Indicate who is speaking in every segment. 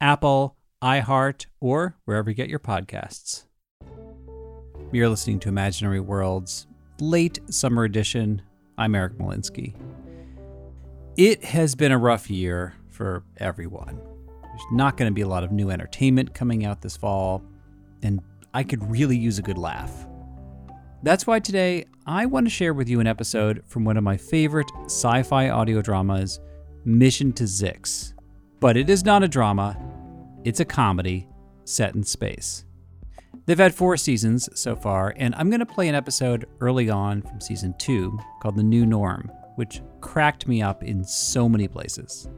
Speaker 1: Apple, iHeart, or wherever you get your podcasts. You're listening to Imaginary Worlds, late summer edition. I'm Eric Malinsky. It has been a rough year for everyone. There's not going to be a lot of new entertainment coming out this fall, and I could really use a good laugh. That's why today I want to share with you an episode from one of my favorite sci fi audio dramas, Mission to Zix. But it is not a drama, it's a comedy set in space. They've had four seasons so far, and I'm going to play an episode early on from season two called The New Norm, which cracked me up in so many places.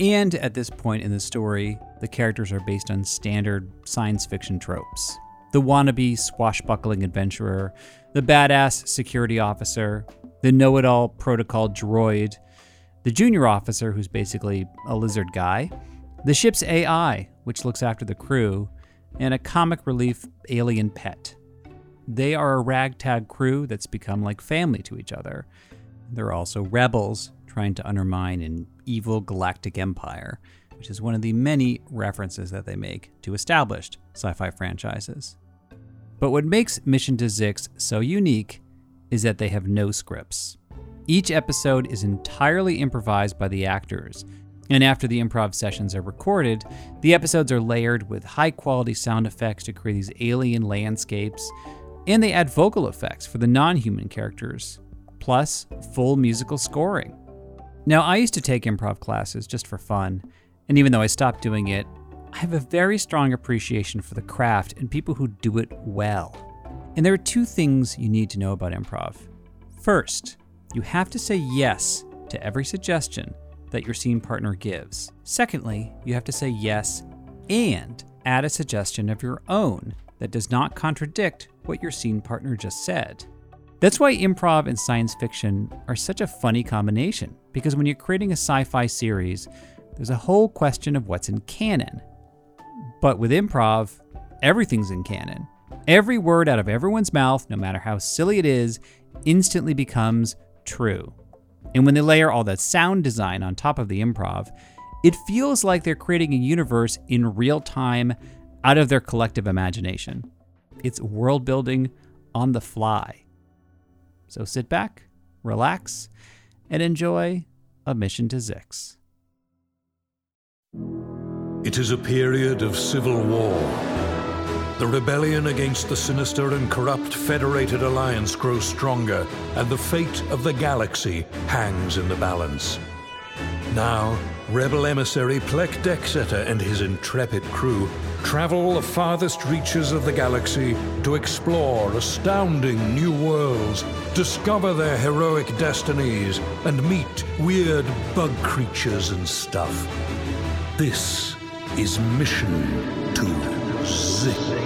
Speaker 1: And at this point in the story, the characters are based on standard science fiction tropes the wannabe swashbuckling adventurer, the badass security officer, the know it all protocol droid, the junior officer, who's basically a lizard guy, the ship's AI, which looks after the crew, and a comic relief alien pet. They are a ragtag crew that's become like family to each other. They're also rebels trying to undermine an evil galactic empire, which is one of the many references that they make to established sci fi franchises. But what makes Mission to Zix so unique is that they have no scripts. Each episode is entirely improvised by the actors, and after the improv sessions are recorded, the episodes are layered with high quality sound effects to create these alien landscapes, and they add vocal effects for the non human characters, plus full musical scoring. Now, I used to take improv classes just for fun, and even though I stopped doing it, I have a very strong appreciation for the craft and people who do it well. And there are two things you need to know about improv. First, you have to say yes to every suggestion that your scene partner gives. Secondly, you have to say yes and add a suggestion of your own that does not contradict what your scene partner just said. That's why improv and science fiction are such a funny combination, because when you're creating a sci fi series, there's a whole question of what's in canon. But with improv, everything's in canon. Every word out of everyone's mouth, no matter how silly it is, instantly becomes true. And when they layer all that sound design on top of the improv, it feels like they're creating a universe in real time out of their collective imagination. It's world building on the fly. So sit back, relax, and enjoy a mission to Zix.
Speaker 2: It is a period of civil war. The rebellion against the sinister and corrupt Federated Alliance grows stronger, and the fate of the galaxy hangs in the balance. Now, rebel emissary Plek Dexeter and his intrepid crew travel the farthest reaches of the galaxy to explore astounding new worlds, discover their heroic destinies, and meet weird bug creatures and stuff. This is Mission to Zix.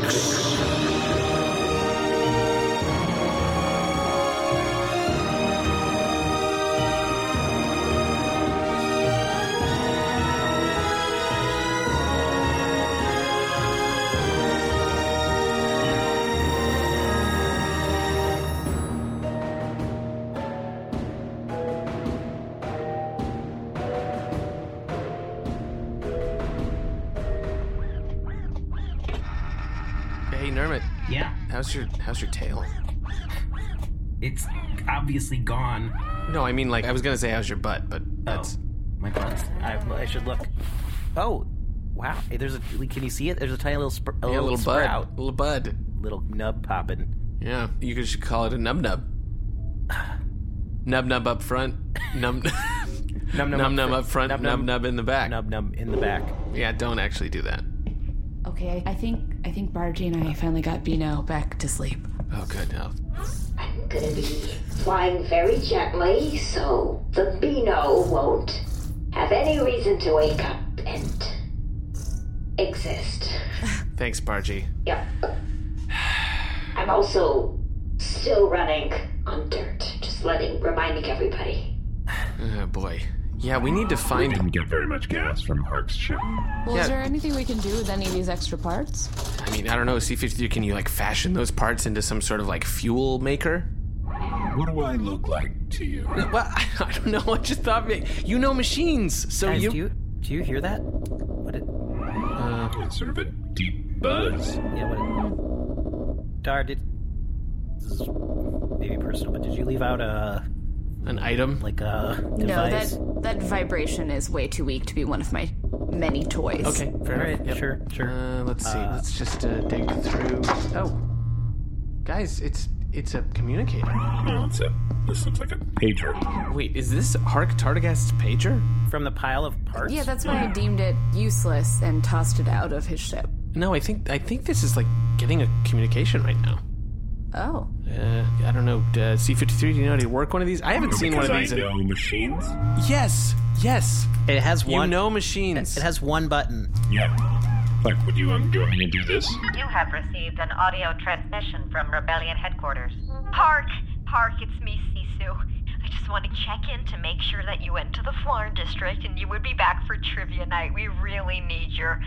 Speaker 3: Hey, Nermit,
Speaker 4: Yeah,
Speaker 3: how's your how's your tail?
Speaker 4: it's obviously gone.
Speaker 3: No, I mean like I was gonna say how's your butt, but that's
Speaker 4: oh, my God, I, I should look. Oh,
Speaker 5: Wow, hey, there's a. Can you see it? There's a tiny little spr- a
Speaker 3: Yeah,
Speaker 5: little,
Speaker 3: little bud.
Speaker 5: sprout,
Speaker 3: Little bud.
Speaker 5: little nub popping.
Speaker 3: Yeah, you could should call it a nub nub. Nub nub up front. Nub
Speaker 5: Num
Speaker 3: nub nub up front.
Speaker 5: Num
Speaker 3: Nub nub in the back.
Speaker 5: nub nub in the back.
Speaker 3: Yeah, don't actually do that.
Speaker 6: Okay, I think I think Bargie and I finally got Bino back to sleep.
Speaker 3: Oh, good. Oh,
Speaker 7: I'm gonna be flying very gently so the Beano won't have any reason to wake up and exist.
Speaker 3: thanks, Bargy.
Speaker 7: Yep. I'm also still running on dirt, just letting reminding everybody.
Speaker 3: Oh boy. Yeah, we need to find.
Speaker 8: Didn't get very much gas from Hark's ship.
Speaker 6: Well,
Speaker 3: Yeah.
Speaker 6: is there anything we can do with any of these extra parts?
Speaker 3: I mean, I don't know. C53, can you like fashion those parts into some sort of like fuel maker?
Speaker 8: What do I look like to you?
Speaker 3: Well, I, don't know. I just thought ma- you know machines, so
Speaker 5: Guys,
Speaker 3: you.
Speaker 5: do you do you hear that? What? It,
Speaker 8: It's sort of a deep buzz.
Speaker 5: yeah, what? It, Dar, did this is maybe personal, but did you leave out a
Speaker 3: An item.
Speaker 5: like a
Speaker 6: No,
Speaker 5: device?
Speaker 6: that that vibration is way too weak to be one of my many toys.
Speaker 3: Okay, fair
Speaker 5: All right,
Speaker 3: enough. Yep.
Speaker 5: sure, sure.
Speaker 3: Uh, let's see. let's just uh, dig through. Oh, guys, it's it's a communicator.
Speaker 8: No, it's a, this looks like a pager.
Speaker 3: Wait, is this Hark Tardigast's pager?
Speaker 5: From the pile of parts.
Speaker 6: Yeah, that's why I deemed it useless and tossed it out of his ship.
Speaker 3: No, I think I think this is like getting a communication right now.
Speaker 6: Oh,
Speaker 3: Uh, I don't know. Uh, C53, do you know how to work one of these? I haven't seen one
Speaker 8: Because
Speaker 3: of
Speaker 8: I
Speaker 3: these.
Speaker 8: know
Speaker 3: In...
Speaker 8: machines.
Speaker 3: Yes, yes.
Speaker 5: it has
Speaker 3: You
Speaker 5: one.
Speaker 3: know machines.
Speaker 5: it has one button.
Speaker 8: Yeah. Like, would you, um, do you want me to do this?
Speaker 9: You have received an audio transmission from Rebellion headquarters. Park! Park, it's me, Sisu. I just want to check in to make sure that you went to the Florin District and you would be back for trivia night. We really need your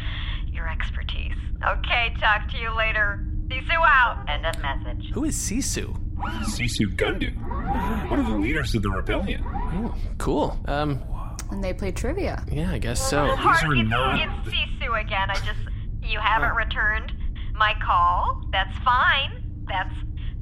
Speaker 9: your expertise. Okay, talk to you later. Sisu out. End of message.
Speaker 3: Who is Sisu?
Speaker 8: Sisu Gundu. One of the leaders of the rebellion.
Speaker 3: Oh, cool. Um,
Speaker 6: and they play trivia.
Speaker 3: yeah, I guess so.
Speaker 9: Park,
Speaker 8: are
Speaker 9: it's,
Speaker 8: not-
Speaker 9: it's Sisu again. I just you haven't returned my call. That's fine. That's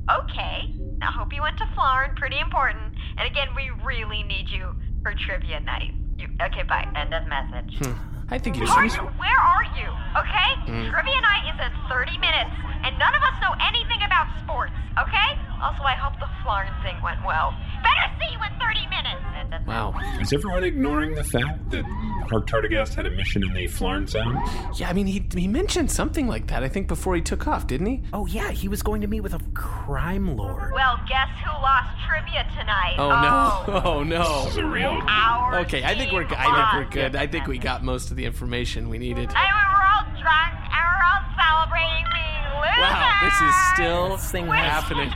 Speaker 9: okay. I hope you went to Florin. Pretty important. And again, we really need you for trivia night. You, okay, bye. End of message.
Speaker 3: Hmm. I think it's Hmm.
Speaker 9: Park, where are you? Okay? Trivia night is in 30 minutes, and none of us know anything about sports, okay? Also, I hope the Florin thing went well. Better see you in 30 minutes! End of
Speaker 3: Wow.
Speaker 8: Is everyone ignoring the fact that Hark Tardigast had a mission in the Florin Zone?
Speaker 3: Yeah, I mean, he he mentioned something like that. I think before he took off, didn't he?
Speaker 5: Oh yeah, he was going to meet with a crime lord.
Speaker 9: Well, guess who lost trivia tonight?
Speaker 3: Oh no! Oh no!
Speaker 8: It's a real.
Speaker 9: Our
Speaker 3: Okay, I think we're
Speaker 9: team
Speaker 3: I think
Speaker 9: lost.
Speaker 3: we're good. I think we got most of the information we needed.
Speaker 9: And we were all drunk, and we're all celebrating being losers.
Speaker 3: Wow, this is still
Speaker 5: This thing
Speaker 3: happening.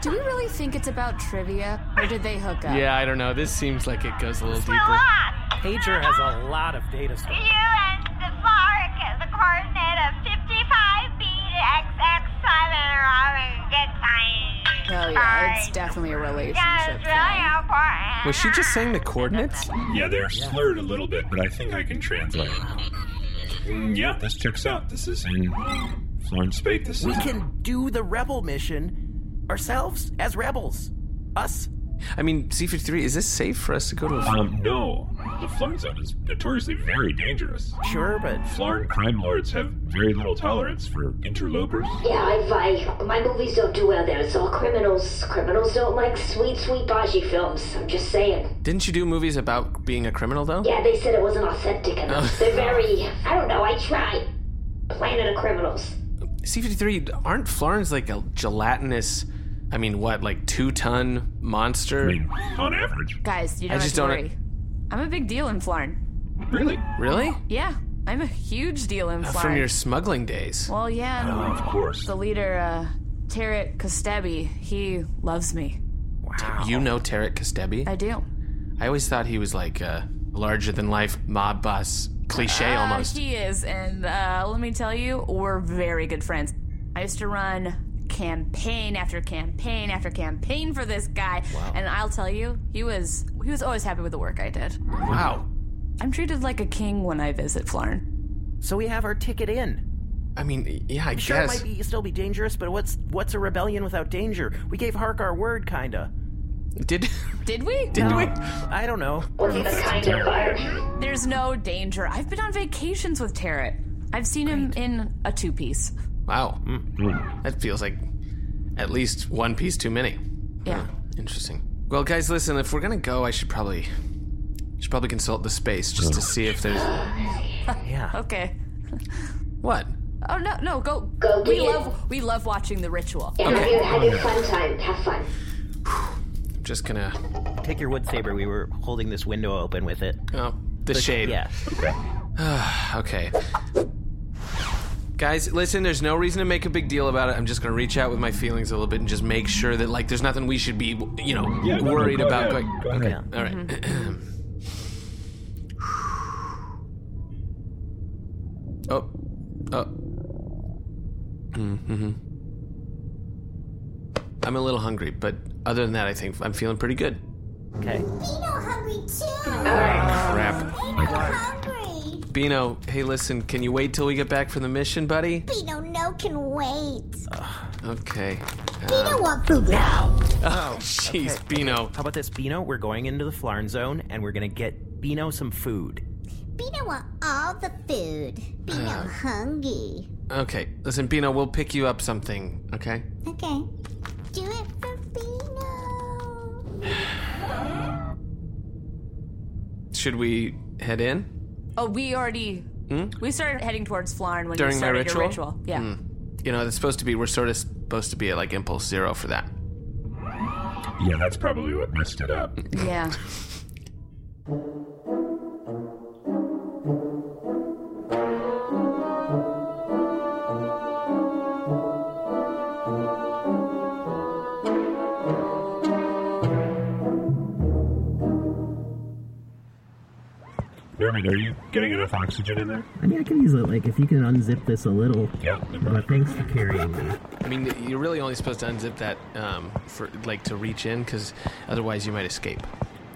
Speaker 6: Do we really think it's about trivia, or did they hook up?
Speaker 3: Yeah, I don't know. This seems like it goes a little
Speaker 9: We're
Speaker 3: deeper.
Speaker 9: lost.
Speaker 5: Pager has a lot of data
Speaker 9: You
Speaker 5: storage.
Speaker 9: and the Clark at the coordinate of 55B to XX7 are having a good time.
Speaker 6: Oh yeah, it's
Speaker 9: Alright.
Speaker 6: definitely a
Speaker 9: Yeah,
Speaker 6: relationship
Speaker 9: it's really
Speaker 6: thing.
Speaker 9: important.
Speaker 3: Was she just saying the coordinates?
Speaker 8: Yeah, they're slurred a little bit, but I think I can translate. Mm, Yeah, this checks out. This is in Florin Spate. This
Speaker 5: We
Speaker 8: is
Speaker 5: can do the rebel mission ourselves as rebels. Us.
Speaker 3: I mean, C53, is this safe for us to go to a
Speaker 8: Um, no. The Florin Zone is notoriously very dangerous.
Speaker 5: Sure, but
Speaker 8: Florin crime lords have very little tolerance for interlopers.
Speaker 7: Yeah, I, I my movies don't do well there. It's all criminals. Criminals don't like sweet, sweet Baji films. I'm just saying.
Speaker 3: Didn't you do movies about being a criminal though?
Speaker 7: Yeah, they said it wasn't authentic enough. They're very I don't know, I try. Planet of Criminals.
Speaker 3: C53, aren't Florins like a gelatinous I mean, what, like two ton
Speaker 8: I
Speaker 3: monster?
Speaker 8: mean, on average.
Speaker 6: Guys, you don't
Speaker 3: just
Speaker 6: have
Speaker 3: don't-
Speaker 6: to worry. I'm a big deal in Flarn.
Speaker 8: Really?
Speaker 3: Really?
Speaker 6: Yeah, I'm a huge deal in Flarn.
Speaker 3: Uh, From your smuggling days.
Speaker 6: Well, yeah, and
Speaker 8: Uh, Of course.
Speaker 6: the leader, uh, Tarek Kostabi, he loves me.
Speaker 3: You know Tarek Kastebi?
Speaker 6: I do.
Speaker 3: I always thought he was like a larger than life mob boss cliche almost.
Speaker 6: Uh, he is, and uh, let me tell you, we're very good friends. I used to run campaign after campaign after campaign for this guy, and I'll tell you, he was he was always happy with the work I did.
Speaker 3: Wow.
Speaker 6: I'm treated like a king when I visit Flarn.
Speaker 5: so we have our ticket in.
Speaker 3: I mean, yeah, I
Speaker 5: Sure,
Speaker 3: guess.
Speaker 5: it might be still be dangerous, but what's what's a rebellion without danger? We gave Hark our word, kinda.
Speaker 3: Did
Speaker 6: Did we?
Speaker 3: did we?
Speaker 5: I don't know.
Speaker 7: Was it a kind of fire?
Speaker 6: There's no danger. I've been on vacations with Tarrant. I've seen him in a two piece.
Speaker 3: Wow.
Speaker 8: Hmm.
Speaker 3: That feels like at least one piece too many. Hmm.
Speaker 6: Yeah.
Speaker 3: Interesting. Well, guys, listen. If we're gonna go, I should probably should probably consult the space just to see if there's
Speaker 5: Yeah.
Speaker 6: Okay.
Speaker 3: what.
Speaker 6: Oh no, no, go.
Speaker 7: Go
Speaker 6: we
Speaker 7: do it.
Speaker 6: love we love watching the ritual.
Speaker 7: Yeah, have, your, have your fun time. Have fun.
Speaker 3: I'm just gonna
Speaker 5: Take your wood saber. We were holding this window open with it.
Speaker 3: oh the shade.
Speaker 5: Yeah.
Speaker 3: Okay. Guys, listen, there's no reason to make a big deal about it. I'm just going to reach out with my feelings a little bit and just make sure that, like, there's nothing we should be, you know,
Speaker 8: Yeah, no, no,
Speaker 3: worried
Speaker 8: go
Speaker 3: about.
Speaker 8: ahead.
Speaker 3: Going,
Speaker 8: Go ahead.
Speaker 5: Yeah.
Speaker 3: all right. oh. Oh. Mm-hmm.
Speaker 5: Mm-hmm.
Speaker 3: I'm a little hungry, but other than that, I think I'm feeling pretty good.
Speaker 5: Okay.
Speaker 3: Crap. Bino, hey, listen, can you wait till we get back from the mission, buddy?
Speaker 10: Bino no can wait.
Speaker 3: Okay.
Speaker 5: Uh,
Speaker 3: uh,
Speaker 10: Bino want food now.
Speaker 3: Oh, jeez, Bino.
Speaker 5: How about this, Bino? We're going into the Flarn zone, and we're gonna get Bino some food.
Speaker 10: Bino want all the food. Bino hungry.
Speaker 3: Okay, listen, Bino, we'll pick you up something, okay?
Speaker 10: Okay. Do it for Bino.
Speaker 3: Should we head in? Hmm?
Speaker 6: Oh, we already we started heading towards Flarn when
Speaker 3: During
Speaker 6: you
Speaker 3: my
Speaker 6: started your
Speaker 3: ritual? Hmm.
Speaker 6: ritual. Yeah.
Speaker 3: You know, it's supposed to be, we're sort of supposed to be at like impulse zero for that.
Speaker 8: Yeah, that's probably what messed it up.
Speaker 3: Mm.
Speaker 6: Yeah.
Speaker 8: Norman, are you getting enough oxygen in there?
Speaker 5: I mean, I can use it. Like, if you can unzip this a little.
Speaker 8: Yeah.
Speaker 5: thanks for carrying me.
Speaker 3: I mean, you're really only supposed to unzip that um, for like to reach in, because otherwise you might escape.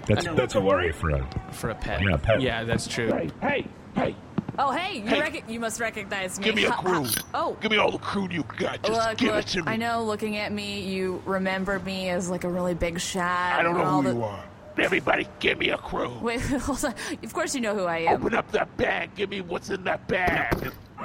Speaker 8: That's that's a worry for a.
Speaker 3: For a pet.
Speaker 8: Yeah, pet.
Speaker 3: Yeah, that's true.
Speaker 8: hey, hey!
Speaker 6: Oh, hey, you rec- you must recognize me.
Speaker 8: Give me a
Speaker 6: Ha- ha-
Speaker 8: crew.
Speaker 6: Oh.
Speaker 8: Give me all the crude you got. Just
Speaker 6: Look,
Speaker 8: give
Speaker 6: look,
Speaker 8: it to me.
Speaker 6: I know looking at me, you remember me as like a really big shot.
Speaker 8: I don't
Speaker 6: and
Speaker 8: know
Speaker 6: all
Speaker 8: who
Speaker 6: the-
Speaker 8: you are. Everybody, give me a crew.
Speaker 6: Wait, hold on. Of course you know who I am.
Speaker 8: Open up that bag. Give me what's in that bag.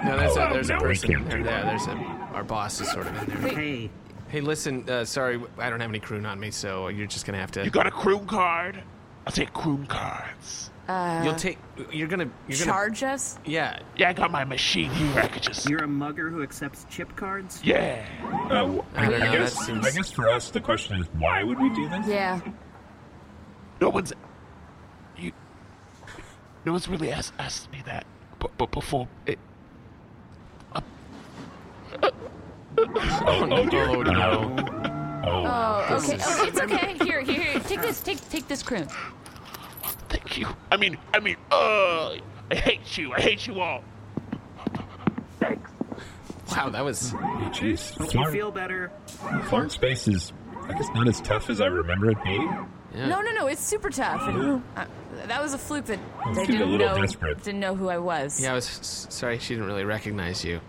Speaker 3: No, that's a,
Speaker 8: Oh,
Speaker 3: there's a
Speaker 8: now we
Speaker 3: person in
Speaker 8: can
Speaker 3: there.
Speaker 8: do
Speaker 3: Yeah, there's a, our boss is sort of in there.
Speaker 5: Hey.
Speaker 3: Hey, listen, uh, sorry, I don't have any croon on me, so you're just gonna have to.
Speaker 8: You got a croon card? I'll take croon cards.
Speaker 6: Uh,
Speaker 3: You'll take. You're gonna. You're gonna.
Speaker 6: Charge us?
Speaker 3: Yeah.
Speaker 8: Yeah, I got my machine here. I could just.
Speaker 5: a mugger who accepts chip cards?
Speaker 8: Yeah. Oh,
Speaker 3: I don't know, that seems-
Speaker 8: for us, the question is why would we do this?
Speaker 6: Yeah.
Speaker 8: No one's. You. No one's really asked, asked me that. But, but before. It, uh,
Speaker 3: Oh, no. Oh, no.
Speaker 6: Oh, okay. Oh, it's okay. Here, here, here. Take this. Take, take this croon.
Speaker 8: thank you. I mean, I mean, uh, I hate you. I hate you all.
Speaker 3: Wow, that was.
Speaker 8: Jeez.
Speaker 5: better?
Speaker 8: Farm space is, I guess, not as tough as I remember it being.
Speaker 6: No, no, no. It's super tough. And, uh, that was a fluke that they
Speaker 8: seemed a
Speaker 6: didn't
Speaker 8: little
Speaker 6: know
Speaker 8: desperate.
Speaker 6: didn't know who I was.
Speaker 3: Yeah, I was s- sorry she didn't really recognize you.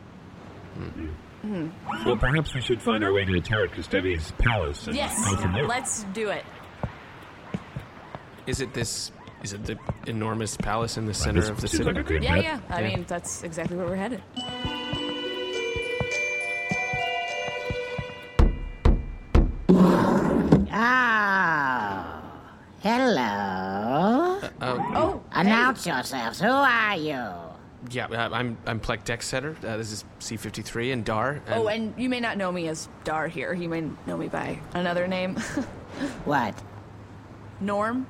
Speaker 8: Hmm.
Speaker 6: Hmm.
Speaker 8: Well, perhaps we should find our way to the Tarot Custevi's palace. And
Speaker 6: Yes.
Speaker 8: go from there.
Speaker 6: Let's do it.
Speaker 3: Is it this? Is it the enormous palace in the center
Speaker 8: This
Speaker 3: of the
Speaker 8: seems
Speaker 3: city?
Speaker 8: like a great
Speaker 6: Yeah,
Speaker 8: bet.
Speaker 6: yeah. I
Speaker 3: Yeah.
Speaker 6: mean, that's exactly where we're headed.
Speaker 10: Oh.
Speaker 3: Uh,
Speaker 10: Hello.
Speaker 3: um,
Speaker 6: Oh,
Speaker 10: Announce yourselves. Who are you?
Speaker 3: Yeah, uh, I'm I'm Plek Dexsetter. Uh, this is C53 and Dar. And
Speaker 6: Oh, and you may not know me as Dar here. You may know me by another name,
Speaker 10: What?
Speaker 6: Norm.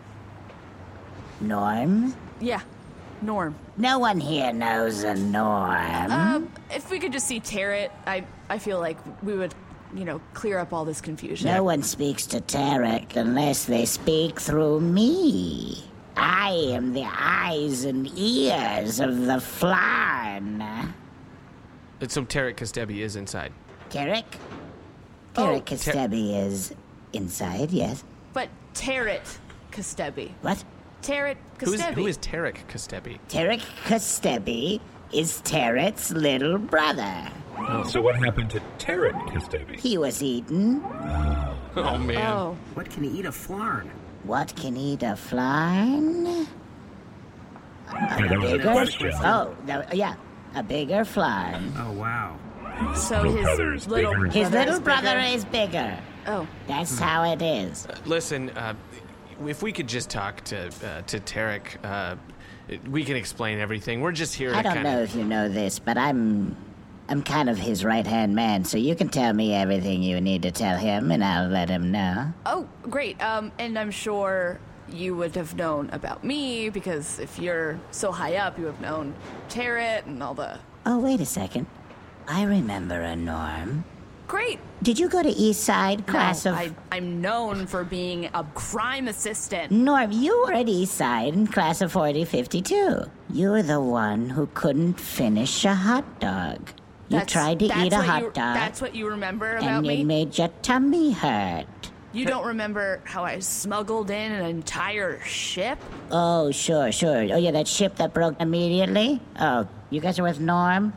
Speaker 10: Norm?
Speaker 6: Yeah, Norm.
Speaker 10: No one here knows a norm.
Speaker 6: Um,
Speaker 10: Mm-hmm.
Speaker 6: if we could just see Tarrant, I I feel like we would, you know, clear up all this confusion.
Speaker 10: No one speaks to Tarek unless they speak through me. I am the eyes and ears of the Flarn.
Speaker 3: so Tarek Custebi is inside.
Speaker 10: Tarek? Tarek Kastebi is inside, yes.
Speaker 6: But Tarrant Kastebi.
Speaker 10: What?
Speaker 6: Tarrant
Speaker 3: Who is
Speaker 6: Kastebi.
Speaker 3: who is Tarek Custebi?
Speaker 10: Tarek Kastebi is Tarek's little brother.
Speaker 8: So what happened to Tarot Custevi?
Speaker 10: He was eaten
Speaker 3: Oh man.
Speaker 10: What can eat a flarn? What can eat a flarn?
Speaker 8: Yeah, that was a question.
Speaker 10: Oh, that- yeah, a bigger flarn.
Speaker 4: Oh wow.
Speaker 6: So
Speaker 8: Little his brother is little bigger.
Speaker 10: his
Speaker 8: brother
Speaker 10: little
Speaker 8: is
Speaker 10: brother
Speaker 8: bigger.
Speaker 10: is bigger.
Speaker 6: Oh,
Speaker 10: that's how it is.
Speaker 3: Listen, uh, if we could just talk to uh, to Tarek, uh, we can explain everything. We're just here.
Speaker 10: I
Speaker 3: to
Speaker 10: don't
Speaker 3: kinda...
Speaker 10: know if you know this, but I'm I'm kind of his right hand man, so you can tell me everything you need to tell him, and I'll let him know.
Speaker 6: oh, great. Um, and I'm sure you would have known about me because if you're so high up, you have known Tarot and all the.
Speaker 10: Oh, wait a second. I remember a Norm.
Speaker 6: Great.
Speaker 10: Did you go to East Side class
Speaker 6: no,
Speaker 10: of?
Speaker 6: I, I'm known for being a crime assistant.
Speaker 10: Norm, Mm, you were at East Side in class of 4052. You were the one who couldn't finish a hot dog. You
Speaker 6: That's-
Speaker 10: tried to
Speaker 6: that's
Speaker 10: eat a
Speaker 6: what
Speaker 10: hot
Speaker 6: you-
Speaker 10: dog,
Speaker 6: That's what you remember about
Speaker 10: and
Speaker 6: me.
Speaker 10: it made your tummy hurt.
Speaker 6: You don't remember how I smuggled in an entire ship?
Speaker 10: Oh, sure, sure. Oh, yeah, that ship that broke immediately? Oh, you guys are with Norm?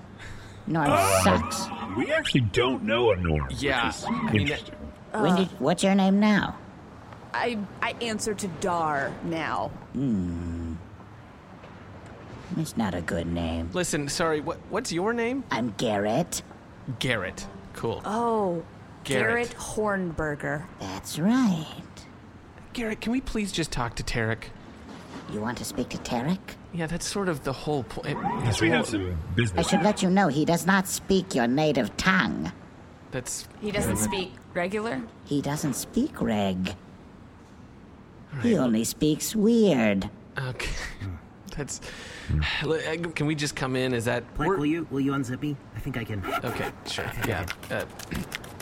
Speaker 10: Norm
Speaker 8: Ah.
Speaker 10: sucks.
Speaker 8: Uh, We actually don't know a Norm.
Speaker 3: Yeah, I mean, that-
Speaker 6: Ah.
Speaker 10: when did, what's your name now?
Speaker 6: I I answer to Dar now.
Speaker 10: Hmm. It's not a good name.
Speaker 3: Listen, sorry. What what's your name?
Speaker 10: I'm Garrett.
Speaker 3: Garrett. Cool.
Speaker 6: Oh,
Speaker 3: Garrett.
Speaker 6: Garrett, Hornberger.
Speaker 10: That's right.
Speaker 3: Garrett, can we please just talk to Tarek?
Speaker 10: You want to speak to Tarek?
Speaker 3: Yeah, that's sort of the whole point.
Speaker 8: we have some
Speaker 10: I
Speaker 8: business.
Speaker 10: should let you know he does not speak your native tongue.
Speaker 3: That's
Speaker 6: He doesn't speak regular.
Speaker 10: He doesn't speak reg. He only speaks weird.
Speaker 3: okay. That's. Can we just come in? Is that?
Speaker 4: Blake, will you will you unzip me? I think I can.
Speaker 3: Okay, sure. Yeah. Uh,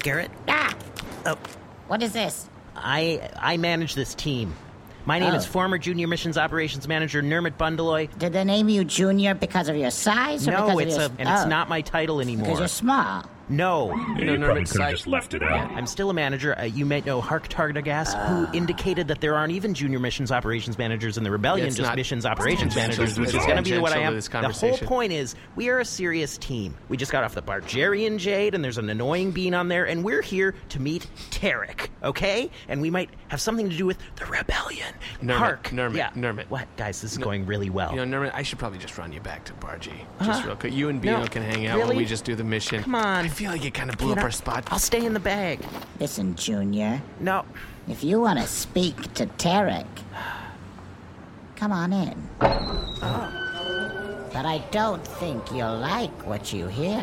Speaker 5: Garrett,
Speaker 10: Ah!
Speaker 5: Oh.
Speaker 10: What is this?
Speaker 5: I I manage this team. My name is
Speaker 10: Oh.
Speaker 5: former Junior Missions Operations Manager Nermit Bundeloy.
Speaker 10: Did they name you Junior because of your size? Or
Speaker 5: No,
Speaker 10: because
Speaker 5: it's
Speaker 10: of
Speaker 5: a
Speaker 10: your,
Speaker 5: and it's
Speaker 10: oh,
Speaker 5: not my title anymore.
Speaker 10: Because you're small.
Speaker 5: No.
Speaker 8: You
Speaker 3: know,
Speaker 8: probably
Speaker 3: Nermit's
Speaker 8: could have
Speaker 3: side-
Speaker 8: just left it out.
Speaker 5: I'm still a manager. Uh, you might know Hark Tardagas,
Speaker 3: Ah.
Speaker 5: who indicated that there aren't even junior missions operations managers in the rebellion,
Speaker 3: Yeah, it's
Speaker 5: just
Speaker 3: not
Speaker 5: missions operations
Speaker 3: tangential.
Speaker 5: managers, which
Speaker 3: It's
Speaker 5: is going to be what I
Speaker 3: tangential to
Speaker 5: am.
Speaker 3: this
Speaker 5: The whole
Speaker 3: conversation.
Speaker 5: point is, we are a serious team. We just got off the Bargerian Jade, and there's an annoying bean on there, and we're here to meet Tarek, okay? And we might have something to do with the rebellion.
Speaker 3: Nermit,
Speaker 5: Hark.
Speaker 3: Nermit,
Speaker 5: yeah.
Speaker 3: Nermit.
Speaker 5: What? Guys, this is going really well.
Speaker 3: you know, Nerman, I should probably just run you back to Bargy just
Speaker 5: Uh-huh.
Speaker 3: real quick. You and Bino
Speaker 5: No,
Speaker 3: can hang out
Speaker 5: really?
Speaker 3: while we just do the mission.
Speaker 5: Come on.
Speaker 3: I feel like it kind of blew
Speaker 5: You
Speaker 3: up
Speaker 5: know,
Speaker 3: our spot.
Speaker 5: I'll stay in the bag.
Speaker 10: Listen, Junior,
Speaker 5: No.
Speaker 10: if you want to speak to Tarek, come on in. But I don't think you'll like what you hear.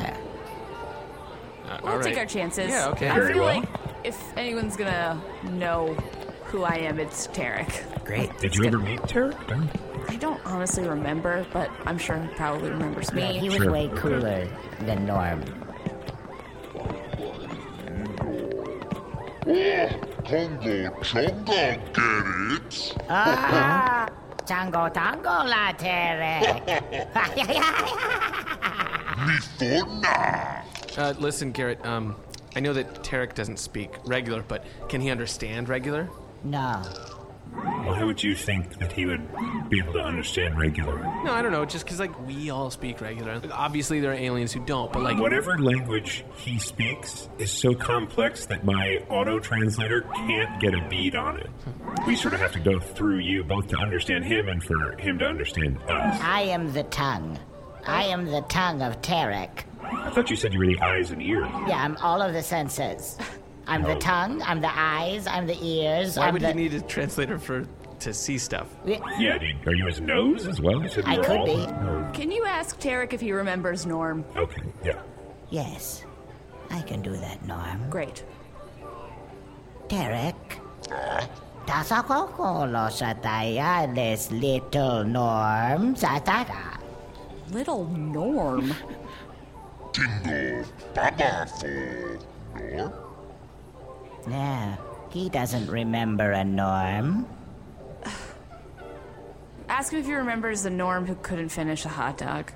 Speaker 3: Uh,
Speaker 6: We'll
Speaker 3: all
Speaker 6: take
Speaker 3: right.
Speaker 6: our chances.
Speaker 3: Yeah. Okay.
Speaker 6: I
Speaker 8: Very
Speaker 6: feel
Speaker 8: well.
Speaker 6: like if anyone's gonna know who I am, it's Tarek.
Speaker 5: Great.
Speaker 8: Did you ever meet Tarek?
Speaker 6: I don't honestly remember, but I'm sure he probably remembers
Speaker 10: Yeah, he
Speaker 6: me.
Speaker 10: was way cooler than Norm.
Speaker 11: Congo Chongo, get it?
Speaker 10: Tango, tango, la
Speaker 11: Mifona!
Speaker 3: Uh, listen, Garrett. Um, I know that Tarek doesn't speak regular, but can he understand regular?
Speaker 10: no.
Speaker 8: Why would you think that he would be able to understand regular?
Speaker 3: No, I don't know. Just because like we all speak regular. Obviously, there are aliens who don't, but like
Speaker 8: Whatever language he speaks is so complex that my auto translator can't get a bead on it.
Speaker 3: Hmm.
Speaker 8: We sort of have to go through you both to understand him and for him to understand us.
Speaker 10: I am the tongue. I am the tongue of Tarek.
Speaker 8: I thought you said you were the eyes and ears.
Speaker 10: Yeah, I'm all of the senses. I'm the tongue, I'm the eyes, I'm the ears,
Speaker 3: Why
Speaker 10: I'm
Speaker 3: would
Speaker 10: the...
Speaker 3: you need a translator for to see stuff?
Speaker 8: Yeah, dude. Are you his nose as well? You said
Speaker 10: I
Speaker 8: you were
Speaker 10: could
Speaker 8: all-
Speaker 10: be.
Speaker 8: No.
Speaker 6: Can you ask Tarek if he remembers Norm?
Speaker 8: Okay, yeah.
Speaker 10: Yes, I can do that, Norm.
Speaker 6: Great.
Speaker 10: Tarek.
Speaker 3: Uh.
Speaker 10: Tasakoko this little Norm. Sataka.
Speaker 6: Little Norm.
Speaker 11: Dingo, Baba for Nor?
Speaker 10: Yeah, he doesn't remember a Norm.
Speaker 6: Ask him if he remembers the Norm who couldn't finish a hot dog.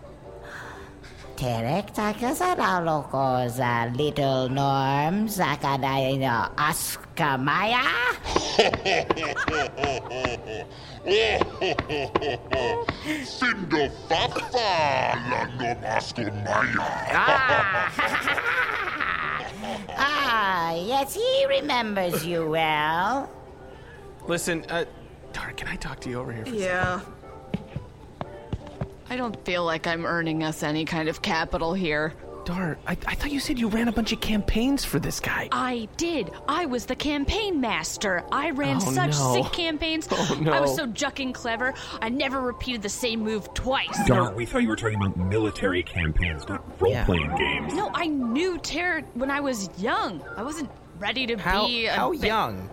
Speaker 10: Terek takasaloko za little norm sakadai no askamaya.
Speaker 11: Findo Fafa, la Nomasco Maya.
Speaker 10: Ah, yes, he remembers you well.
Speaker 3: Listen, uh, Tara, can I talk to you over here? For
Speaker 6: Yeah. I don't feel like I'm earning us any kind of capital here.
Speaker 3: Dar, I, I thought you said you ran a bunch of campaigns for this guy.
Speaker 6: I did. I was the campaign master. I ran
Speaker 3: Oh,
Speaker 6: such
Speaker 3: no.
Speaker 6: sick campaigns.
Speaker 8: Oh, no.
Speaker 6: I was so jucking clever. I never repeated the same move twice.
Speaker 8: Darn, we thought you were talking about military campaigns, not role playing games.
Speaker 6: No, I knew terror when I was young. I wasn't ready to
Speaker 5: How,
Speaker 6: be. a
Speaker 5: how
Speaker 6: bit-
Speaker 5: young?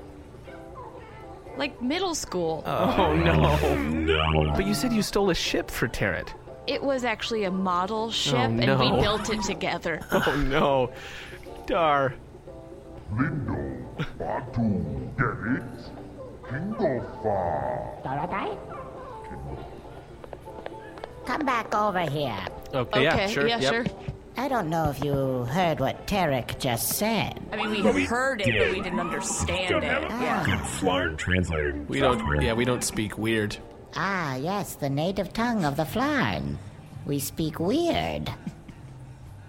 Speaker 6: Like middle school.
Speaker 3: Oh, no.
Speaker 8: No.
Speaker 3: But you said you stole a ship for Tarot.
Speaker 6: It was actually a model ship,
Speaker 3: no.
Speaker 6: and we built it together.
Speaker 3: Oh no. Dar.
Speaker 11: Batu, get it? Tingofa.
Speaker 10: Dorotai? Come back over here.
Speaker 3: Okay, yeah, Okay, sure, yeah, yep. sure.
Speaker 10: I don't know if you heard what Tarek just said.
Speaker 6: I mean, we
Speaker 10: But we
Speaker 6: heard it, but we didn't understand
Speaker 10: Don't
Speaker 6: it.
Speaker 10: have a-
Speaker 6: Yeah.
Speaker 8: Good Flarn translator.
Speaker 3: We don't. Yeah, we don't speak weird.
Speaker 10: Ah, yes, the native tongue of the Flarn. We speak weird.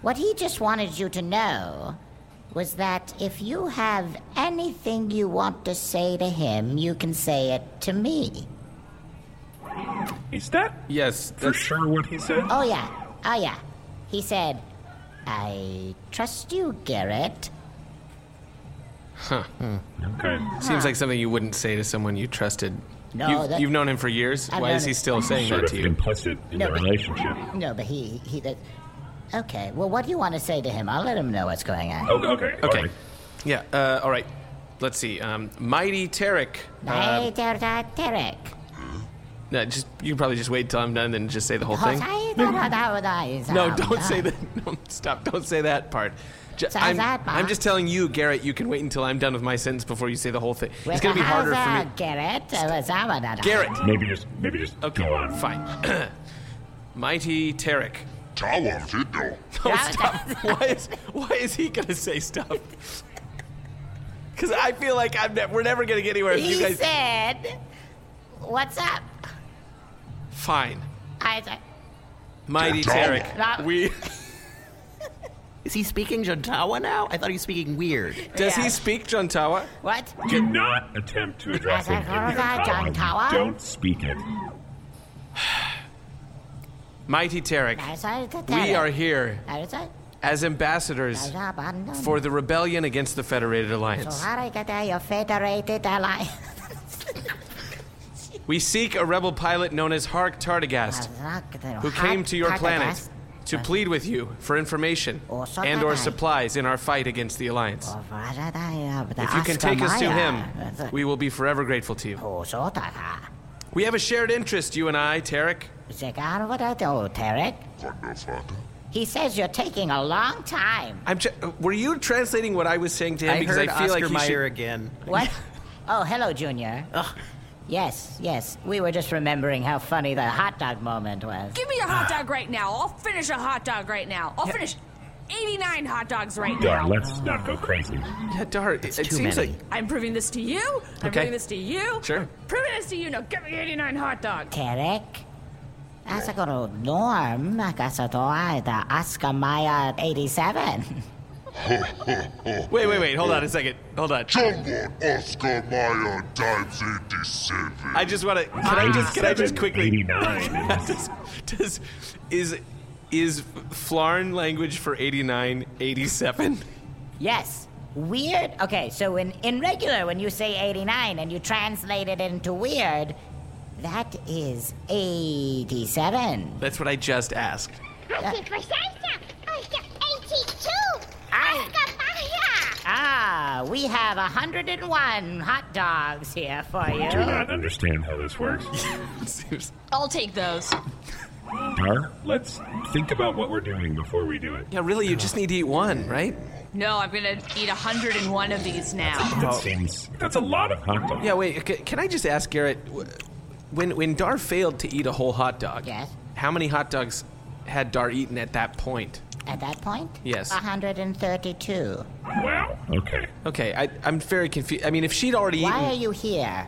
Speaker 10: What he just wanted you to know was that if you have anything you want to say to him, you can say it to me.
Speaker 8: Is that
Speaker 3: yes?
Speaker 8: For sure, what he said.
Speaker 10: Oh, yeah. Oh, yeah. He said, I trust you, Garrett.
Speaker 3: Huh.
Speaker 8: Okay.
Speaker 3: Seems like something you wouldn't say to someone you trusted.
Speaker 10: Hmm. No,
Speaker 3: you've,
Speaker 10: that-
Speaker 3: you've known him for years.
Speaker 10: I've
Speaker 3: Why
Speaker 10: known
Speaker 3: is he
Speaker 10: him-
Speaker 3: still saying
Speaker 8: Sort
Speaker 3: that
Speaker 8: of
Speaker 3: to you?
Speaker 8: implicit in
Speaker 10: No,
Speaker 8: the
Speaker 10: but-
Speaker 8: relationship.
Speaker 10: No, but he. he that, okay, well, what do you want to say to him? I'll let him know what's going on.
Speaker 3: Uh,
Speaker 8: Oh, Okay.
Speaker 3: Okay. Yeah. Uh, all right. Let's see. Um, Mighty Tarek. Uh,
Speaker 10: Hey, Dorotai, Tarek.
Speaker 3: no, just you can probably just wait till I'm done, then just say the whole thing.
Speaker 10: Hosai, Dorotai,
Speaker 3: No,
Speaker 10: Zam,
Speaker 3: don't say
Speaker 10: Zam.
Speaker 3: that. No, stop. Don't say that part. Ju-
Speaker 10: Say
Speaker 3: I'm,
Speaker 10: that part.
Speaker 3: I'm just telling you, Garrett. You can wait until I'm done with my sentence before you say the whole thing.
Speaker 10: With
Speaker 3: It's gonna be
Speaker 10: the
Speaker 3: harder for
Speaker 10: house,
Speaker 3: me.
Speaker 10: uh, Garrett, uh, was Amadada.
Speaker 3: Garrett.
Speaker 8: Maybe just. Maybe just.
Speaker 3: Okay.
Speaker 8: Go on.
Speaker 3: Fine. Mighty Tarek.
Speaker 11: Tower Fiddle.
Speaker 3: No, stop. why, is, why is he going to say stuff? Because I feel like I'm ne- we're never going to get anywhere if
Speaker 10: He
Speaker 3: you guys.
Speaker 10: said, "What's up?"
Speaker 3: Fine.
Speaker 10: I said,
Speaker 3: Mighty Tarek.
Speaker 10: Not-
Speaker 3: We,
Speaker 5: Is he speaking Jontawa now? I thought he was speaking weird.
Speaker 3: does he speak Jontawa?
Speaker 10: "What?"
Speaker 8: Do not attempt to address it. in
Speaker 10: As a
Speaker 8: your
Speaker 10: Horotai
Speaker 8: dialogue.
Speaker 10: Jontawa?
Speaker 8: Don't speak it.
Speaker 3: Mighty Tarek.
Speaker 10: I said,
Speaker 3: We are here
Speaker 10: I said,
Speaker 3: as ambassadors
Speaker 10: "Abandon."
Speaker 3: for the rebellion against the Federated
Speaker 10: So
Speaker 3: Alliance.
Speaker 10: how do I get there? Your federated ally.
Speaker 3: We seek a rebel pilot known as Hark Tardigast, who came to your planet to plead with you for information and or supplies in our fight against the Alliance. If
Speaker 10: If
Speaker 3: you can take us to him, we will be forever grateful to you. We have a shared interest, you and I, Tarek.
Speaker 10: Tarek. He says you're taking a long time.
Speaker 3: I'm. Ch- were you translating what I was saying to him?
Speaker 5: I
Speaker 3: because
Speaker 5: heard
Speaker 3: I feel
Speaker 5: Oscar
Speaker 3: like he
Speaker 5: Mayer
Speaker 3: should-
Speaker 5: again.
Speaker 10: What? oh, hello, Junior. Yes, yes. We were just remembering how funny the hot dog moment was.
Speaker 6: Give me a hot dog right now. I'll finish a hot dog right now. I'll finish 89 hot dogs right
Speaker 8: Yeah,
Speaker 6: now.
Speaker 8: let's not go crazy.
Speaker 3: Yeah, Dar. It, it
Speaker 5: too
Speaker 3: seems
Speaker 5: many.
Speaker 3: like.
Speaker 6: I'm proving this to you. I'm
Speaker 3: Okay.
Speaker 6: proving this to you.
Speaker 3: Sure.
Speaker 6: Proving this to you. Now get me 89 hot dogs.
Speaker 10: Tarek. Asa ko norm, asa to ay da Oscar Mayer 87.
Speaker 3: Wait, wait, wait. Hold on a second. Hold on.
Speaker 11: Jungle Oscar Mayer times 87.
Speaker 3: I just want to. Can I just? Can I just quickly?
Speaker 8: 89.
Speaker 3: Does, does is is Flarn language for 89, 87?
Speaker 10: Yes. Weird. Okay, so in, in regular, when you say 89 and you translate it into weird, that is 87.
Speaker 3: That's what I just asked.
Speaker 10: I- Ah, we have 101 hot dogs here for
Speaker 8: Do
Speaker 10: you.
Speaker 8: not understand how this works.
Speaker 3: Seems-
Speaker 6: I'll take those.
Speaker 8: Dar, let's think about what we're doing before we do it.
Speaker 3: yeah, really. You just need to eat one, right?
Speaker 6: No, I'm going to eat 101 of these now.
Speaker 3: Oh.
Speaker 8: That seems. That's a lot of hot dogs.
Speaker 3: Yeah. Wait. c- Can I just ask Garrett? wh- When when Dar failed to eat a whole hot dog,
Speaker 10: Yes.
Speaker 3: how many hot dogs had Dar eaten at that point?
Speaker 10: At that point?
Speaker 3: Yes.
Speaker 10: Uh-huh. 132.
Speaker 8: Wow. Okay.
Speaker 3: Okay, I, I'm very confused. I mean, if she'd already
Speaker 10: Why are
Speaker 3: eaten,
Speaker 10: you here?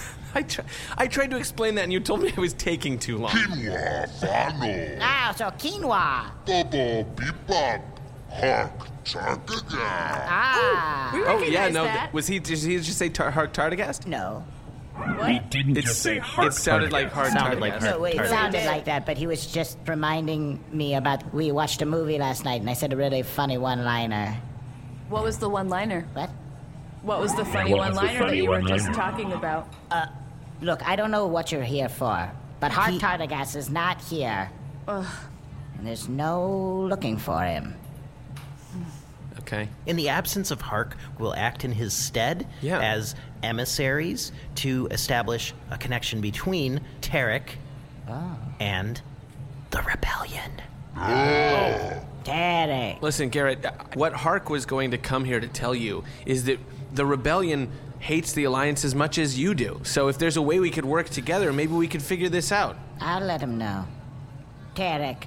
Speaker 3: I, tr- I tried to explain that, and you told me I was taking too long.
Speaker 11: Quinoa Fano.
Speaker 10: Ah, so quinoa.
Speaker 11: Bubble Bebop. Hark Targaga.
Speaker 10: Ah.
Speaker 6: we
Speaker 3: oh yeah,
Speaker 6: recognize
Speaker 3: no.
Speaker 6: that.
Speaker 3: Was he? Did he just say tar- Hark Tardigast?
Speaker 10: No.
Speaker 8: We didn't
Speaker 3: It's-
Speaker 8: just say
Speaker 3: it
Speaker 8: hard
Speaker 3: sounded like hard Sounded like
Speaker 10: No, wait, it
Speaker 6: Target.
Speaker 10: sounded
Speaker 6: Target.
Speaker 10: like that, but he was just reminding me about we watched a movie last night, and I said a really funny one-liner.
Speaker 6: What was the one-liner?
Speaker 10: What?
Speaker 6: What was the funny
Speaker 8: what was the
Speaker 6: one-liner
Speaker 8: funny
Speaker 6: that you were just
Speaker 8: one-liner?
Speaker 6: talking about?
Speaker 10: Uh. Look, I don't know what you're here for, but Hart Tardigas is not here,
Speaker 6: Ugh.
Speaker 10: and there's no looking for him.
Speaker 3: Okay.
Speaker 5: In the absence of Hark, will act in his stead
Speaker 3: Yeah.
Speaker 5: as emissaries to establish a connection between Tarek
Speaker 3: Ah.
Speaker 5: and the rebellion.
Speaker 10: Derek.
Speaker 3: Listen, Garrett, uh, what Hark was going to come here to tell you is that the rebellion hates the Alliance as much as you do. So if there's a way we could work together, maybe we could figure this out.
Speaker 10: I'll let him know. Tarek.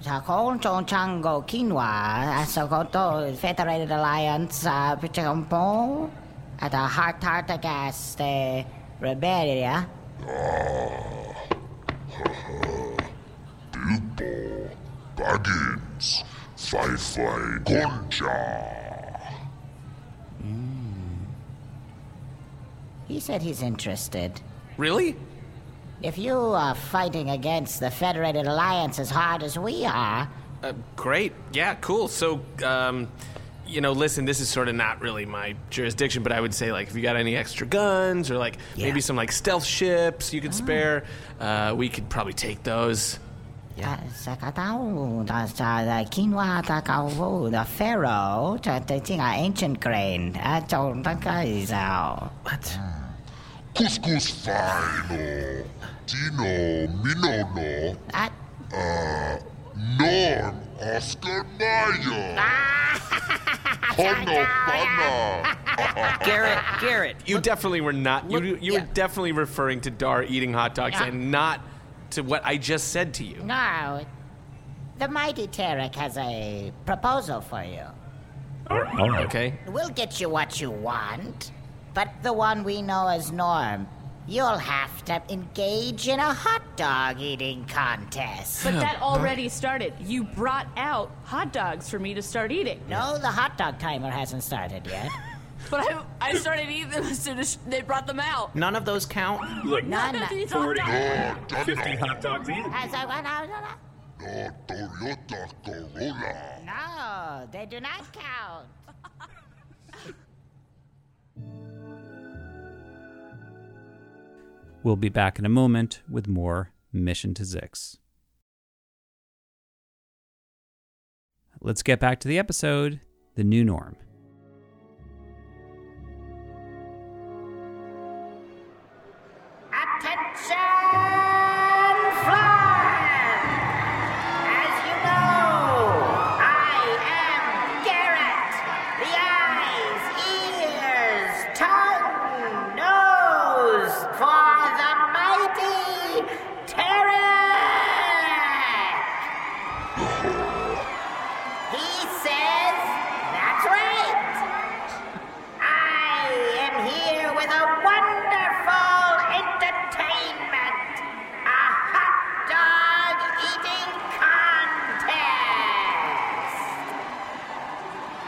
Speaker 10: Sakon Chong Chango Quinoa, Asokoto Federated Alliance, uh, Pichampon, at the Heart Tartagas, the Rebellia.
Speaker 11: Bilbo. Baggins. Firefly. Gonja.
Speaker 10: He said he's interested.
Speaker 3: Really?
Speaker 10: If you are fighting against the Federated Alliance as hard as we are,
Speaker 3: Uh, great. Yeah, cool. So, um, you know, listen, this is sort of not really my jurisdiction, but I would say, like, if you got any extra guns or, like,
Speaker 5: Yeah.
Speaker 3: maybe some, like, stealth ships you could spare, uh, we could probably take those.
Speaker 10: uh, Sakatau, the the Quinoa, the Kawu, the Pharaoh, the the thing, uh, ancient grain, uh, so, the guys, uh,
Speaker 5: What?
Speaker 11: Couscous Fino. Dino. Minono.
Speaker 10: uh,
Speaker 11: Uh. Norm. Oscar Mayer. Hana Bana.
Speaker 5: Garrett, Garrett.
Speaker 3: You definitely were not. you you were definitely referring to Dar eating hot dogs
Speaker 10: Yeah.
Speaker 3: and not to what I just said to you.
Speaker 10: No. The mighty Tarek has a proposal for you.
Speaker 8: All right. all right.
Speaker 3: Okay.
Speaker 10: We'll get you what you want, but the one we know as Norm, you'll have to engage in a hot dog eating contest.
Speaker 6: But that already started. You brought out hot dogs for me to start eating.
Speaker 10: No, the hot dog timer hasn't started yet.
Speaker 6: But I, I started eating them as soon as they brought them out.
Speaker 5: None of those count.
Speaker 8: Look,
Speaker 10: None.
Speaker 6: These hot
Speaker 8: 40,
Speaker 6: dogs.
Speaker 12: Oh,
Speaker 8: 50 hot dogs in.
Speaker 10: As I went out-
Speaker 11: No Toyota Corolla.
Speaker 10: No, they do not count.
Speaker 1: We'll be back in a moment with more Mission to Zix. Let's get back to the episode The New Norm.
Speaker 10: Attention, flyers! As you know, I am Garrett. The eyes, ears, tongue, nose for the mighty Terran. He says, that's right. I am here with a wonderful entertainment a hot dog eating contest.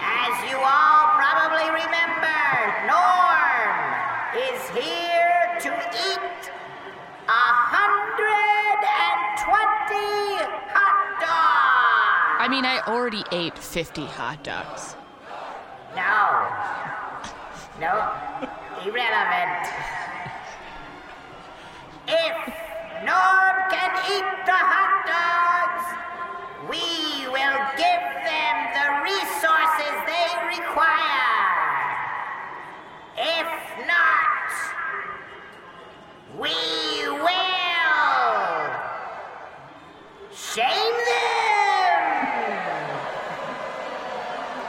Speaker 10: As you all probably remember, Norm is here to eat a hundred and twenty hot dogs.
Speaker 6: I mean, I already ate 50 hot dogs.
Speaker 10: No. No. Irrelevant. If Norm can eat the hot dogs, we will give them the resources they require. If not, we will shame them.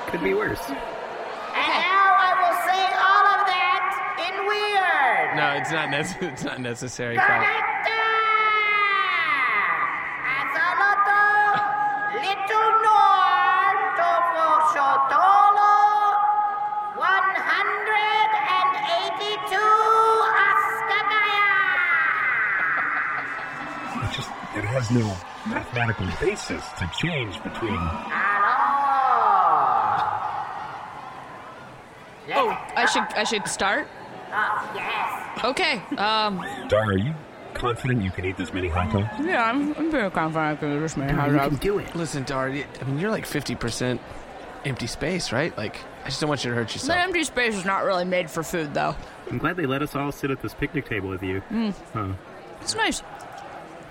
Speaker 5: Could be worse.
Speaker 10: And now I will say all of that in weird.
Speaker 3: No, it's not. nece- it's not necessary. Kyle.
Speaker 10: Correcta! Azaloto, little norm, tofu shotolo, 182 askagaya.
Speaker 8: It just it has no mathematical basis to change between
Speaker 10: Alors,
Speaker 6: Oh, I should I should start. Okay. Um.
Speaker 8: Dar, are you confident you can eat this many hot dogs?
Speaker 6: Yeah, I'm, I'm very confident because there's many hot dogs.
Speaker 3: it. Listen, Dar, y- I mean, you're like 50% empty space, right? Like, I just don't want you to hurt
Speaker 6: The
Speaker 3: yourself.
Speaker 6: empty space is not really made for food, though.
Speaker 12: I'm glad they let us all sit at this picnic table with you.
Speaker 6: Mm,
Speaker 12: Huh.
Speaker 6: it's nice.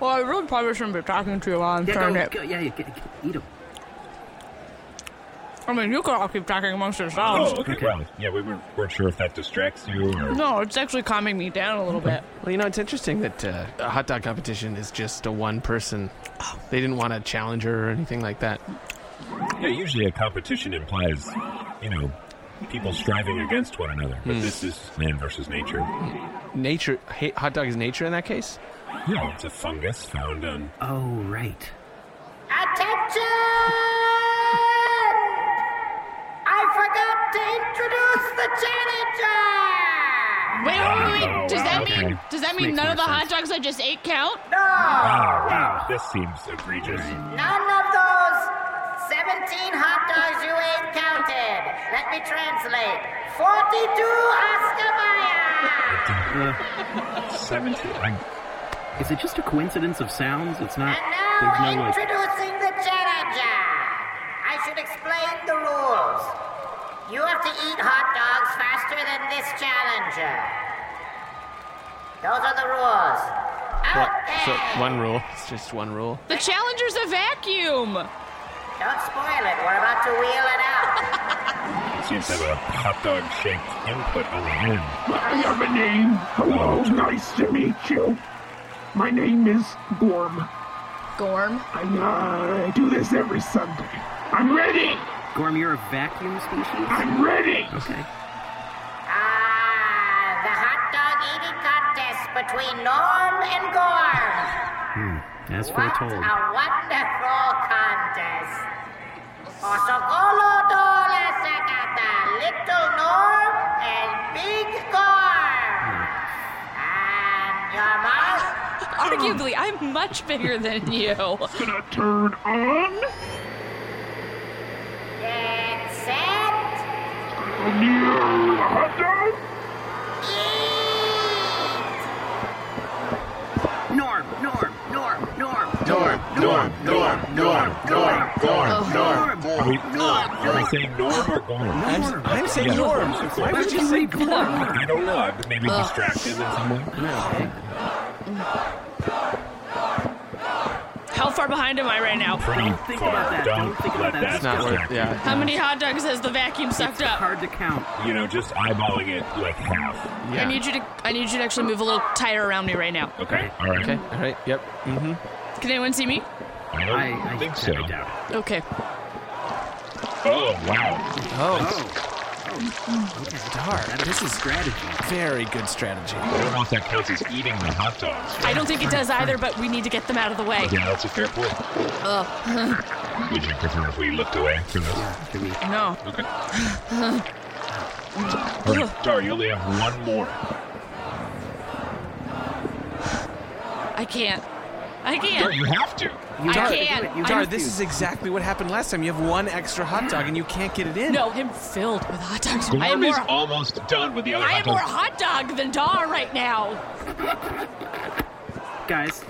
Speaker 6: Well, I really probably shouldn't be talking to you while I'm
Speaker 12: Yeah,
Speaker 6: trying
Speaker 12: go-
Speaker 6: to.
Speaker 12: go-
Speaker 13: yeah, yeah, eat them.
Speaker 6: I mean, you could all keep talking amongst yourselves.
Speaker 8: Oh, okay. Well, yeah, we weren't, weren't sure if that distracts you or.
Speaker 6: No, it's actually calming me down a little bit.
Speaker 3: Well, you know, it's interesting that uh, a hot dog competition is just a one person. They didn't want a challenger or anything like that.
Speaker 8: Yeah, usually a competition implies, you know, people striving against one another. But
Speaker 3: Hmm.
Speaker 8: this is man versus nature.
Speaker 3: Nature, ha- hot dog is nature in that case?
Speaker 8: No, it's a fungus found on.
Speaker 3: Oh, right.
Speaker 10: Attention! I forgot to
Speaker 6: Wait,
Speaker 10: introduce the janitor!
Speaker 6: wait, wait, wait. Does that
Speaker 8: Okay.
Speaker 6: mean does that mean
Speaker 8: Makes
Speaker 6: none
Speaker 8: more
Speaker 6: of the hot
Speaker 8: sense.
Speaker 6: dogs I just ate count?
Speaker 8: Wow, wow, this seems egregious.
Speaker 10: None of those 17 hot dogs you ate counted. Let me translate. 42 Oscar Mayer!
Speaker 12: Uh,
Speaker 8: 17.
Speaker 12: Is it just a coincidence of sounds? It's not. There's
Speaker 10: Now
Speaker 12: no like.
Speaker 10: introducing the challenger. I should explain the rules. You have to eat hot dogs faster than this challenger. Those are the rules.
Speaker 3: Well, so, one rule. It's just one rule.
Speaker 6: The challenger's a vacuum.
Speaker 10: Don't spoil it. We're about to wheel it out.
Speaker 8: It seems to have a hot dog shaped input on the end.
Speaker 14: I have a name. Hello, nice to meet you. My name is Gorm.
Speaker 6: Gorm?
Speaker 14: I, uh, I do this every Sunday. I'm ready.
Speaker 13: Gorm, you're a vacuum species?
Speaker 14: I'm ready.
Speaker 13: Okay.
Speaker 10: The hot dog eating contest between Norm and Gorm.
Speaker 12: As
Speaker 10: What
Speaker 12: foretold.
Speaker 10: a wonderful contest. O solo dole se cata, little Norm and big Gorm. And your mark,
Speaker 6: Arguably, I'm much bigger than you. It's
Speaker 14: gonna turn on.
Speaker 10: get set.
Speaker 14: A new hot dog.
Speaker 13: Norm, Norm, Norm, Norm.
Speaker 8: Norm, Norm, Norm, Norm, Norm, Norm, Norm, Are we, are we saying Norm or Gorm?
Speaker 3: I'm, I'm saying Norm. Why would you say Gorm?
Speaker 8: I don't know. I'm maybe
Speaker 3: Ugh.
Speaker 8: distracted in some way.
Speaker 6: How far behind am I right now?
Speaker 8: Think about that. Don't, think about that.
Speaker 3: It's not worth Um, Yeah.
Speaker 6: How many hot dogs has the vacuum sucked up?
Speaker 13: Hard to count.
Speaker 8: You know, just eyeballing it like half.
Speaker 6: I need you to I need you to actually move a little tighter around me right now.
Speaker 8: Okay. All right.
Speaker 3: Okay. All right. Yep. Mm-hmm.
Speaker 6: Can anyone see me?
Speaker 8: I don't
Speaker 6: I- I
Speaker 8: think so.
Speaker 6: doubt Okay.
Speaker 8: Oh wow.
Speaker 3: Oh. Dar, this Oh. is strategy. Very good strategy.
Speaker 8: I don't know if that counts as eating the hot dogs.
Speaker 6: I don't think it does either, but we need to get them out of the way.
Speaker 8: Yeah, that's a fair point.
Speaker 6: Ugh.
Speaker 8: Would you prefer if we looked away from this? Yeah,
Speaker 6: no.
Speaker 8: Okay. All right, Dar, you only have one more.
Speaker 6: I can't. I can't.
Speaker 8: Dar, you have to.
Speaker 6: I can't.
Speaker 3: Dar, this is exactly what happened last time. You have one extra hot dog and you can't get it in.
Speaker 6: No, I'm filled with hot dogs. I am
Speaker 8: Gorm
Speaker 6: more,
Speaker 8: is almost done with the other
Speaker 6: I am
Speaker 8: hot
Speaker 6: more
Speaker 8: dogs.
Speaker 6: hot dog than Dar right now.
Speaker 5: Guys,